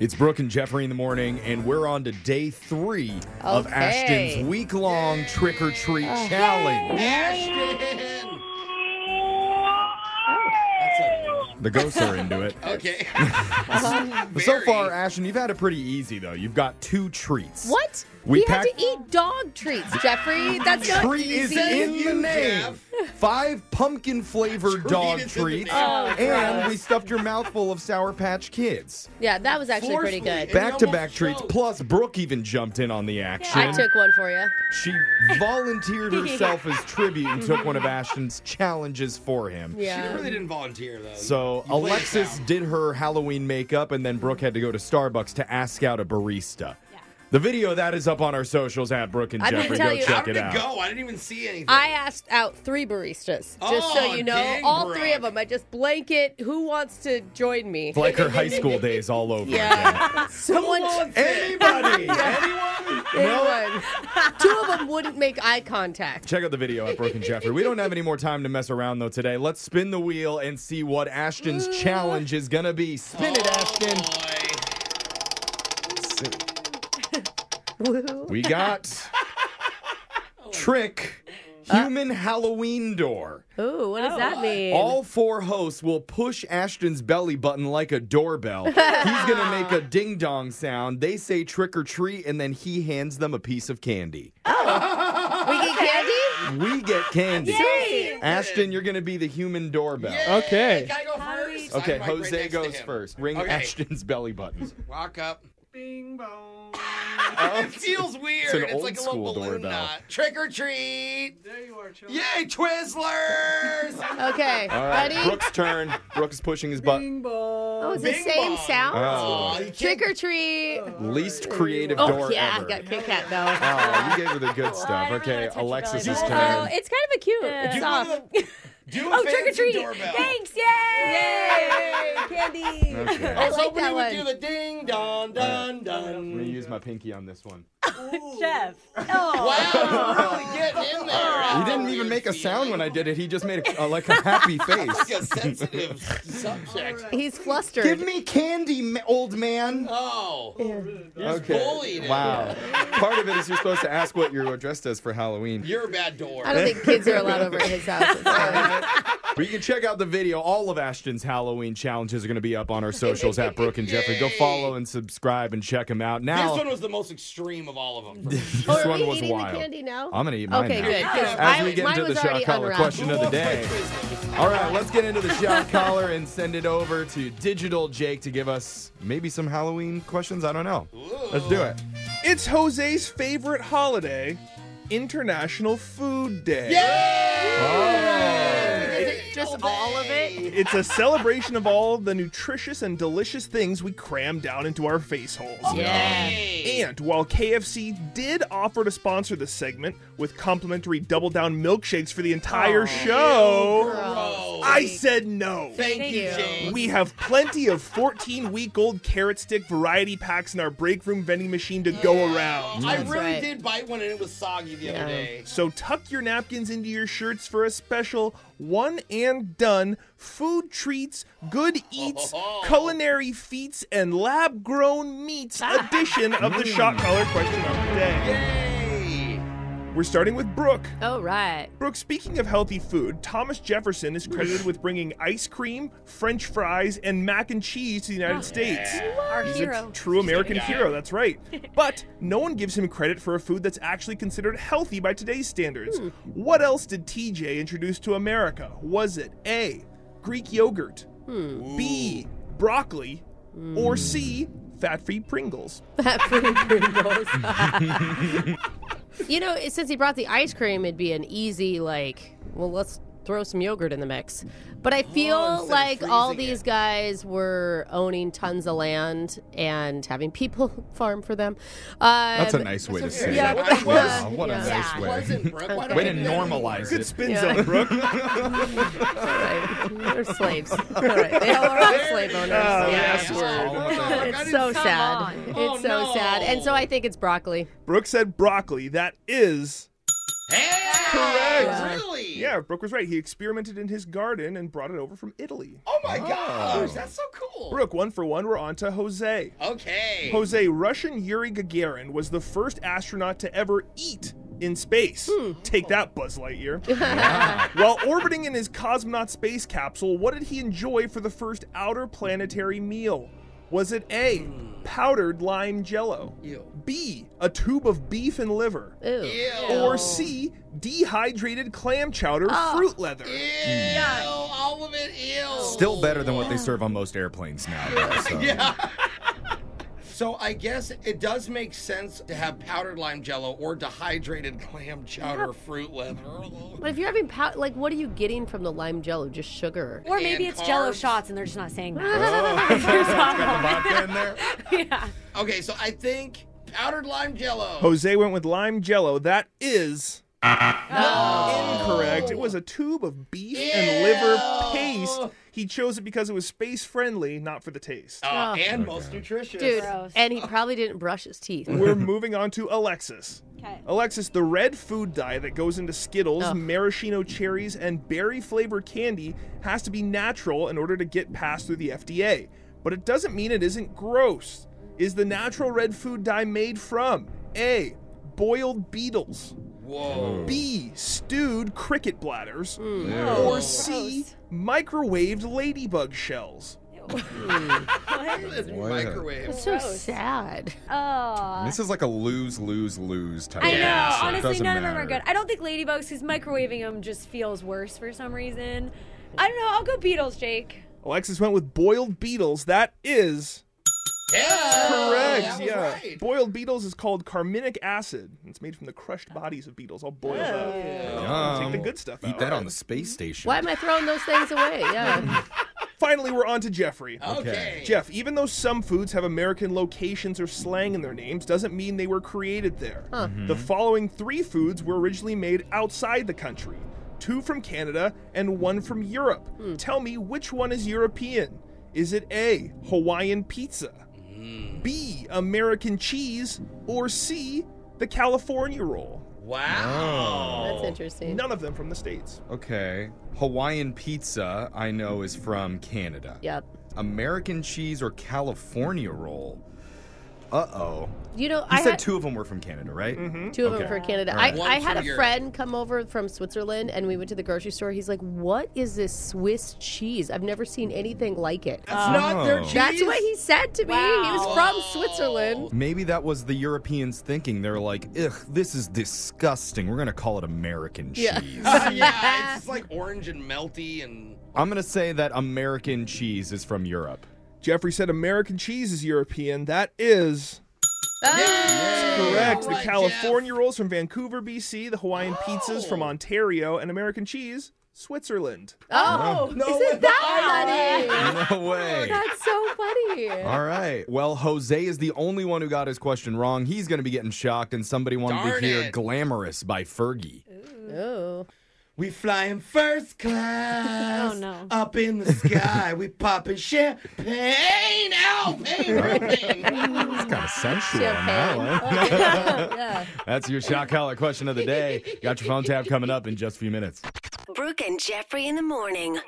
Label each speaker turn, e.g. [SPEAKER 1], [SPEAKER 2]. [SPEAKER 1] It's Brooke and Jeffrey in the morning, and we're on to day three of
[SPEAKER 2] Okay. Oh.
[SPEAKER 1] Ashton's week long trick or treat challenge.
[SPEAKER 3] Ashton!
[SPEAKER 1] The ghosts are into it.
[SPEAKER 3] Okay.
[SPEAKER 1] But so far, Ashton, you've had it pretty easy, though. You've got two treats.
[SPEAKER 2] What?
[SPEAKER 1] We
[SPEAKER 2] he had
[SPEAKER 1] pack-
[SPEAKER 2] to eat dog treats, Jeffrey. That's not
[SPEAKER 1] Treat is
[SPEAKER 2] easy.
[SPEAKER 1] in the
[SPEAKER 3] You,
[SPEAKER 1] name. Five pumpkin flavored
[SPEAKER 3] Treat
[SPEAKER 1] dog
[SPEAKER 3] is in the
[SPEAKER 1] treats,
[SPEAKER 3] name.
[SPEAKER 2] Oh,
[SPEAKER 1] and
[SPEAKER 2] gross.
[SPEAKER 1] we stuffed your mouth full of Sour Patch Kids.
[SPEAKER 2] yeah, that was actually pretty
[SPEAKER 3] Forcefully.
[SPEAKER 2] good.
[SPEAKER 3] Ba-
[SPEAKER 1] Back to back
[SPEAKER 3] almost
[SPEAKER 1] treats.
[SPEAKER 3] choked.
[SPEAKER 1] Plus, Brooke even jumped in on the action.
[SPEAKER 2] I took one for you.
[SPEAKER 1] She volunteered herself as tribute and took one of Ashton's challenges for him.
[SPEAKER 3] She
[SPEAKER 2] Yeah.
[SPEAKER 3] really didn't volunteer, though.
[SPEAKER 1] So
[SPEAKER 3] You played it
[SPEAKER 1] Alexis
[SPEAKER 3] down.
[SPEAKER 1] did her Halloween makeup, and then Brooke had to go to Starbucks to ask out a barista. The video of that is up on our socials at Brooke and
[SPEAKER 2] I'm gonna
[SPEAKER 1] Jeffrey.
[SPEAKER 2] tell
[SPEAKER 1] Go
[SPEAKER 2] you-
[SPEAKER 1] check
[SPEAKER 3] How did
[SPEAKER 1] it
[SPEAKER 3] it
[SPEAKER 1] out.
[SPEAKER 3] go? I didn't even see anything.
[SPEAKER 2] I asked out three baristas, just so
[SPEAKER 3] Oh,
[SPEAKER 2] you know.
[SPEAKER 3] dang,
[SPEAKER 2] all
[SPEAKER 3] Brooke.
[SPEAKER 2] three of them. I just blanket. Who wants to join me?
[SPEAKER 1] It's like her high school days all over again.
[SPEAKER 2] yeah. Someone.
[SPEAKER 1] Anybody? Anyone?
[SPEAKER 2] Anyone. Two of them wouldn't make eye contact.
[SPEAKER 1] Check out the video at Brooke and Jeffrey. We don't have any more time to mess around though today. Let's spin the wheel and see what Ashton's challenge is gonna be. Spin it, Ashton.
[SPEAKER 3] Boy.
[SPEAKER 2] Woo.
[SPEAKER 1] We got
[SPEAKER 2] Oh.
[SPEAKER 1] Trick
[SPEAKER 2] Uh.
[SPEAKER 1] Human Halloween Door.
[SPEAKER 2] Ooh, what does that mean?
[SPEAKER 1] Oh. All four hosts will push Ashton's belly button like a doorbell. He's gonna make a ding dong sound. They say trick or treat, and then he hands them a piece of candy.
[SPEAKER 2] we get Oh, candy?
[SPEAKER 1] We get candy.
[SPEAKER 2] Yay!
[SPEAKER 1] Ashton, you're gonna be the human doorbell.
[SPEAKER 3] Yay,
[SPEAKER 4] Okay.
[SPEAKER 3] Can I go first?
[SPEAKER 1] Okay,
[SPEAKER 3] I'm right
[SPEAKER 1] Jose
[SPEAKER 3] next to
[SPEAKER 1] goes
[SPEAKER 3] him.
[SPEAKER 1] first. Ring
[SPEAKER 3] Okay.
[SPEAKER 1] Ashton's belly button.
[SPEAKER 3] Walk up.
[SPEAKER 4] Bing bong.
[SPEAKER 3] It feels weird. It's,
[SPEAKER 1] Oh. an old
[SPEAKER 3] like a little
[SPEAKER 1] school
[SPEAKER 3] balloon
[SPEAKER 1] doorbell.
[SPEAKER 3] knot. Trick or treat.
[SPEAKER 4] There you are, children.
[SPEAKER 3] Yay, Twizzlers.
[SPEAKER 2] Okay.
[SPEAKER 1] All right,
[SPEAKER 2] Ready?
[SPEAKER 1] Brooks' turn. Brooks is pushing his button.
[SPEAKER 4] Bing bong.
[SPEAKER 2] Oh, it's the
[SPEAKER 3] Bing
[SPEAKER 2] same
[SPEAKER 3] bong.
[SPEAKER 2] sound?
[SPEAKER 1] Oh.
[SPEAKER 3] Aw, you can't-
[SPEAKER 2] Trick or treat.
[SPEAKER 1] Least creative
[SPEAKER 2] Oh,
[SPEAKER 1] door
[SPEAKER 2] yeah,
[SPEAKER 1] ever.
[SPEAKER 2] I got Kit Kat though.
[SPEAKER 1] Oh, you gave her the good
[SPEAKER 5] I
[SPEAKER 1] stuff.
[SPEAKER 5] don't really
[SPEAKER 1] Okay,
[SPEAKER 5] wanna touch your
[SPEAKER 1] Alexis'
[SPEAKER 5] belly
[SPEAKER 1] turn.
[SPEAKER 5] button.
[SPEAKER 2] Oh, it's kind of a cute.
[SPEAKER 5] Yeah.
[SPEAKER 2] It's
[SPEAKER 3] Do
[SPEAKER 2] off.
[SPEAKER 3] a, do a
[SPEAKER 5] Oh, trick or
[SPEAKER 3] fancy
[SPEAKER 5] treat!
[SPEAKER 3] doorbell.
[SPEAKER 5] Thanks! Yay!
[SPEAKER 2] Candy.
[SPEAKER 1] Okay.
[SPEAKER 2] I
[SPEAKER 3] was
[SPEAKER 2] like
[SPEAKER 3] hoping
[SPEAKER 2] that
[SPEAKER 3] you
[SPEAKER 2] one.
[SPEAKER 3] would do the ding dong dun
[SPEAKER 1] I'm gonna
[SPEAKER 3] dun.
[SPEAKER 1] use my pinky on this one.
[SPEAKER 5] Jeff. Oh.
[SPEAKER 3] Wow, you're really getting in there.
[SPEAKER 1] He didn't even make a sound when I did it. He just made a, a- like a happy
[SPEAKER 3] Like a
[SPEAKER 1] face.
[SPEAKER 3] sensitive subject.
[SPEAKER 2] He's flustered.
[SPEAKER 1] Give me candy, ma- old man.
[SPEAKER 3] Oh, bullied.
[SPEAKER 1] Wow. Part of it is you're supposed to ask what you're dressed as for Halloween.
[SPEAKER 3] you're a bad door.
[SPEAKER 2] I don't think kids are allowed over at his house. It's fine.
[SPEAKER 1] But you can check out the video. All of Ashton's Halloween challenges are going to be up on our socials at Brooke and Jeffrey. Go
[SPEAKER 3] Yay.
[SPEAKER 1] follow and subscribe and check them out. Now,
[SPEAKER 3] This one was the most extreme of all of them.
[SPEAKER 1] this
[SPEAKER 2] Oh, are
[SPEAKER 1] one
[SPEAKER 2] we
[SPEAKER 1] was
[SPEAKER 2] eating
[SPEAKER 1] wild. Uh,
[SPEAKER 2] the candy now?
[SPEAKER 1] I'm going to eat mine
[SPEAKER 2] okay,
[SPEAKER 1] now.
[SPEAKER 2] good. 'cause
[SPEAKER 1] As
[SPEAKER 2] I-
[SPEAKER 1] we get
[SPEAKER 2] mine
[SPEAKER 1] into the
[SPEAKER 2] was
[SPEAKER 1] shot
[SPEAKER 2] already
[SPEAKER 1] collar
[SPEAKER 2] unwrapped.
[SPEAKER 1] question of the day. All right, let's get into the shot collar and send it over to Digital Jake to give us maybe some Halloween questions. I don't know. Let's do it.
[SPEAKER 4] It's Jose's favorite holiday, International Food Day.
[SPEAKER 2] Just all of it.
[SPEAKER 4] It's a celebration of all the nutritious and delicious things we cram down into our face holes.
[SPEAKER 2] Yeah.
[SPEAKER 4] And while KFC did offer to sponsor this segment with complimentary double down milkshakes for the entire show,
[SPEAKER 3] Gross.
[SPEAKER 4] I said no.
[SPEAKER 3] Thank
[SPEAKER 5] Thank
[SPEAKER 3] you,
[SPEAKER 5] you.
[SPEAKER 3] Jane.
[SPEAKER 4] Oh, We have plenty of 14 week old carrot stick variety packs in our break room vending machine to go around.
[SPEAKER 3] I
[SPEAKER 2] That's
[SPEAKER 3] really
[SPEAKER 2] right.
[SPEAKER 3] did bite one and it was soggy the
[SPEAKER 2] Yeah.
[SPEAKER 3] other day.
[SPEAKER 4] So tuck your napkins into your shirts for a special one and done food treats, good eats, culinary feats, and lab grown meats edition of the shot collar question of the day.
[SPEAKER 3] Yay!
[SPEAKER 4] We're starting with Brooke.
[SPEAKER 2] All right.
[SPEAKER 4] Brooke, speaking of healthy food, Thomas Jefferson is credited with bringing ice cream, French fries, and mac and cheese to the United States.
[SPEAKER 5] Our
[SPEAKER 4] He's a
[SPEAKER 5] hero.
[SPEAKER 4] true American
[SPEAKER 3] guy.
[SPEAKER 4] hero, that's right. But no one gives him credit for a food that's actually considered healthy by today's standards. What else did TJ introduce to America? Was it A, Greek yogurt, B, broccoli, or C, fat free Pringles?
[SPEAKER 2] You know, since he brought the ice cream, it'd be an easy like. Well, let's throw some yogurt in the mix. But I feel
[SPEAKER 3] instead of
[SPEAKER 2] like all
[SPEAKER 3] Oh, freezing
[SPEAKER 2] these
[SPEAKER 3] it.
[SPEAKER 2] guys were owning tons of land and having people farm for them. Um,
[SPEAKER 1] That's a nice way to say
[SPEAKER 2] Yeah,
[SPEAKER 1] it.
[SPEAKER 3] what the-
[SPEAKER 1] Wow, what a
[SPEAKER 2] yeah.
[SPEAKER 1] nice
[SPEAKER 3] It
[SPEAKER 1] way.
[SPEAKER 3] wasn't, Brooke. Why
[SPEAKER 1] Way to
[SPEAKER 3] don't you do that anymore?
[SPEAKER 1] normalize
[SPEAKER 4] Good
[SPEAKER 1] it.
[SPEAKER 4] spin
[SPEAKER 2] Yeah.
[SPEAKER 4] zone, Brooke.
[SPEAKER 2] right. They're slaves. All right. They all are all slave owners. yeah.
[SPEAKER 4] Oh, yes, word.
[SPEAKER 3] I
[SPEAKER 2] It's
[SPEAKER 3] didn't-
[SPEAKER 2] so
[SPEAKER 5] come
[SPEAKER 2] sad.
[SPEAKER 5] on.
[SPEAKER 2] It's
[SPEAKER 3] Oh,
[SPEAKER 2] so
[SPEAKER 3] no.
[SPEAKER 2] sad. And so I think it's broccoli.
[SPEAKER 4] Brooke said broccoli. That is
[SPEAKER 3] Hey!
[SPEAKER 2] Correct.
[SPEAKER 3] Really?
[SPEAKER 4] Yeah, Brooke was right. He experimented in his garden and brought it over from Italy.
[SPEAKER 3] Oh my gosh, that's so cool.
[SPEAKER 4] Brooke, one for one, we're on to Jose.
[SPEAKER 3] Okay.
[SPEAKER 4] Jose, Russian Yuri Gagarin was the first astronaut to ever eat in space. Take that, Buzz Lightyear. While orbiting in his cosmonaut space capsule, what did he enjoy for the first outer planetary meal? Was it A, powdered lime jello?
[SPEAKER 3] Ew.
[SPEAKER 4] B, a tube of beef and liver?
[SPEAKER 2] Ew.
[SPEAKER 4] Or C, dehydrated clam chowder fruit leather?
[SPEAKER 3] Ew. All of it. Ew.
[SPEAKER 1] Still better than what they serve on most airplanes now. though, so.
[SPEAKER 3] So I guess it does make sense to have powdered lime jello or dehydrated clam chowder fruit leather.
[SPEAKER 2] But if you're having pow- like, what are you getting from the lime jello? Just sugar.
[SPEAKER 5] Or maybe
[SPEAKER 3] And
[SPEAKER 5] it's Jello
[SPEAKER 3] carbs.
[SPEAKER 5] shots, and they're just not saying that.
[SPEAKER 1] Got the vodka in there.
[SPEAKER 5] yeah.
[SPEAKER 3] Okay, so I think powdered lime jello.
[SPEAKER 4] Jose went with lime jello. That is incorrect. It was a tube of beef and liver paste. He chose it because it was space friendly, not for the taste.
[SPEAKER 3] Uh,
[SPEAKER 5] Oh.
[SPEAKER 3] and most nutritious.
[SPEAKER 2] Dude,
[SPEAKER 5] Gross.
[SPEAKER 2] and he probably didn't brush his teeth.
[SPEAKER 4] We're moving on to Alexis.
[SPEAKER 5] Okay.
[SPEAKER 4] Alexis, the red food dye that goes into Skittles,
[SPEAKER 2] Ugh.
[SPEAKER 4] maraschino cherries, and berry flavored candy has to be natural in order to get passed through the FDA. But it doesn't mean it isn't gross. Is the natural red food dye made from A. Boiled beetles,
[SPEAKER 3] Whoa.
[SPEAKER 4] B. Stewed cricket bladders,
[SPEAKER 3] Hmm. Oh,
[SPEAKER 4] or C. Microwaved ladybug shells.
[SPEAKER 3] That's microwave.
[SPEAKER 2] so
[SPEAKER 5] Gross.
[SPEAKER 2] sad.
[SPEAKER 5] Oh.
[SPEAKER 1] This is like a lose, lose, lose type.
[SPEAKER 5] I
[SPEAKER 1] of
[SPEAKER 5] know.
[SPEAKER 1] thing, so it
[SPEAKER 5] Honestly,
[SPEAKER 1] doesn't
[SPEAKER 5] none of them are
[SPEAKER 1] matter.
[SPEAKER 5] good. I don't think ladybugs, because microwaving them just feels worse for some reason. I don't know. I'll go Beatles, Jake.
[SPEAKER 4] Alexis went with boiled beetles. That is
[SPEAKER 3] Yeah.
[SPEAKER 4] Correct.
[SPEAKER 3] Oh, That was
[SPEAKER 4] yeah.
[SPEAKER 3] right.
[SPEAKER 4] Boiled beetles is called carminic acid. It's made from the crushed bodies of beetles, all boiled up. Take
[SPEAKER 1] Yum.
[SPEAKER 4] the good stuff
[SPEAKER 1] Eat
[SPEAKER 4] out.
[SPEAKER 1] that on the space station.
[SPEAKER 2] Why am I throwing those things away? Yeah.
[SPEAKER 4] Finally, we're on to Jeffrey.
[SPEAKER 3] Okay.
[SPEAKER 4] Jeff, even though some foods have American locations or slang in their names, doesn't mean they were created there. The following three foods were originally made outside the country two from Canada and one from Europe. Tell me which one is European? Is it A, Hawaiian pizza, B, American cheese, or C, the California roll?
[SPEAKER 3] Wow.
[SPEAKER 2] That's interesting.
[SPEAKER 4] None of them from the States.
[SPEAKER 1] Okay. Hawaiian pizza, I know, is from Canada.
[SPEAKER 2] Yep.
[SPEAKER 1] American cheese or California roll? Uh oh.
[SPEAKER 2] You know,
[SPEAKER 1] You
[SPEAKER 2] I
[SPEAKER 1] said
[SPEAKER 2] had
[SPEAKER 1] two of them were from Canada, right?
[SPEAKER 3] Mm-hmm.
[SPEAKER 2] two of them
[SPEAKER 1] okay.
[SPEAKER 2] for Canada.
[SPEAKER 1] Alright.
[SPEAKER 2] I, I
[SPEAKER 3] One
[SPEAKER 2] had
[SPEAKER 3] from
[SPEAKER 2] a
[SPEAKER 3] Europe.
[SPEAKER 2] friend come over from Switzerland, and we went to the grocery store. He's like, "What is this Swiss cheese? I've never seen anything like it."
[SPEAKER 3] It's not their
[SPEAKER 1] Oh.
[SPEAKER 3] cheese.
[SPEAKER 2] That's what he said to me. He was
[SPEAKER 5] Wow.
[SPEAKER 2] from Switzerland.
[SPEAKER 1] Maybe that was the Europeans thinking. They're like, ugh, this is disgusting. We're going to call it American
[SPEAKER 2] Yeah.
[SPEAKER 1] cheese.
[SPEAKER 3] yeah, it's just like orange and melty and
[SPEAKER 1] I'm going to say that American cheese is from Europe.
[SPEAKER 4] Jeffrey said American cheese is European. That is. Correct.
[SPEAKER 3] All right,
[SPEAKER 4] the California rolls from Vancouver, BC. The Hawaiian pizzas from Ontario, and American cheese, Switzerland.
[SPEAKER 2] Oh,
[SPEAKER 1] No
[SPEAKER 2] isn't that funny?
[SPEAKER 1] No
[SPEAKER 3] Oh,
[SPEAKER 1] way.
[SPEAKER 2] That's so funny.
[SPEAKER 1] All right. Well, Jose is the only one who got his question wrong. He's going to be getting shocked, and somebody wanted
[SPEAKER 3] Darn
[SPEAKER 1] to hear
[SPEAKER 3] it.
[SPEAKER 1] Glamorous by Fergie.
[SPEAKER 2] Oh.
[SPEAKER 3] We fly in first class.
[SPEAKER 5] Oh, no.
[SPEAKER 3] Up in the sky, we popping champagne. Ow, pain hurting.
[SPEAKER 1] It's kind of sensual on that one.
[SPEAKER 2] Yeah.
[SPEAKER 1] That's your shock collar question of the day. Got your phone tab coming up in just a few minutes.
[SPEAKER 6] Brooke and Jeffrey in the morning.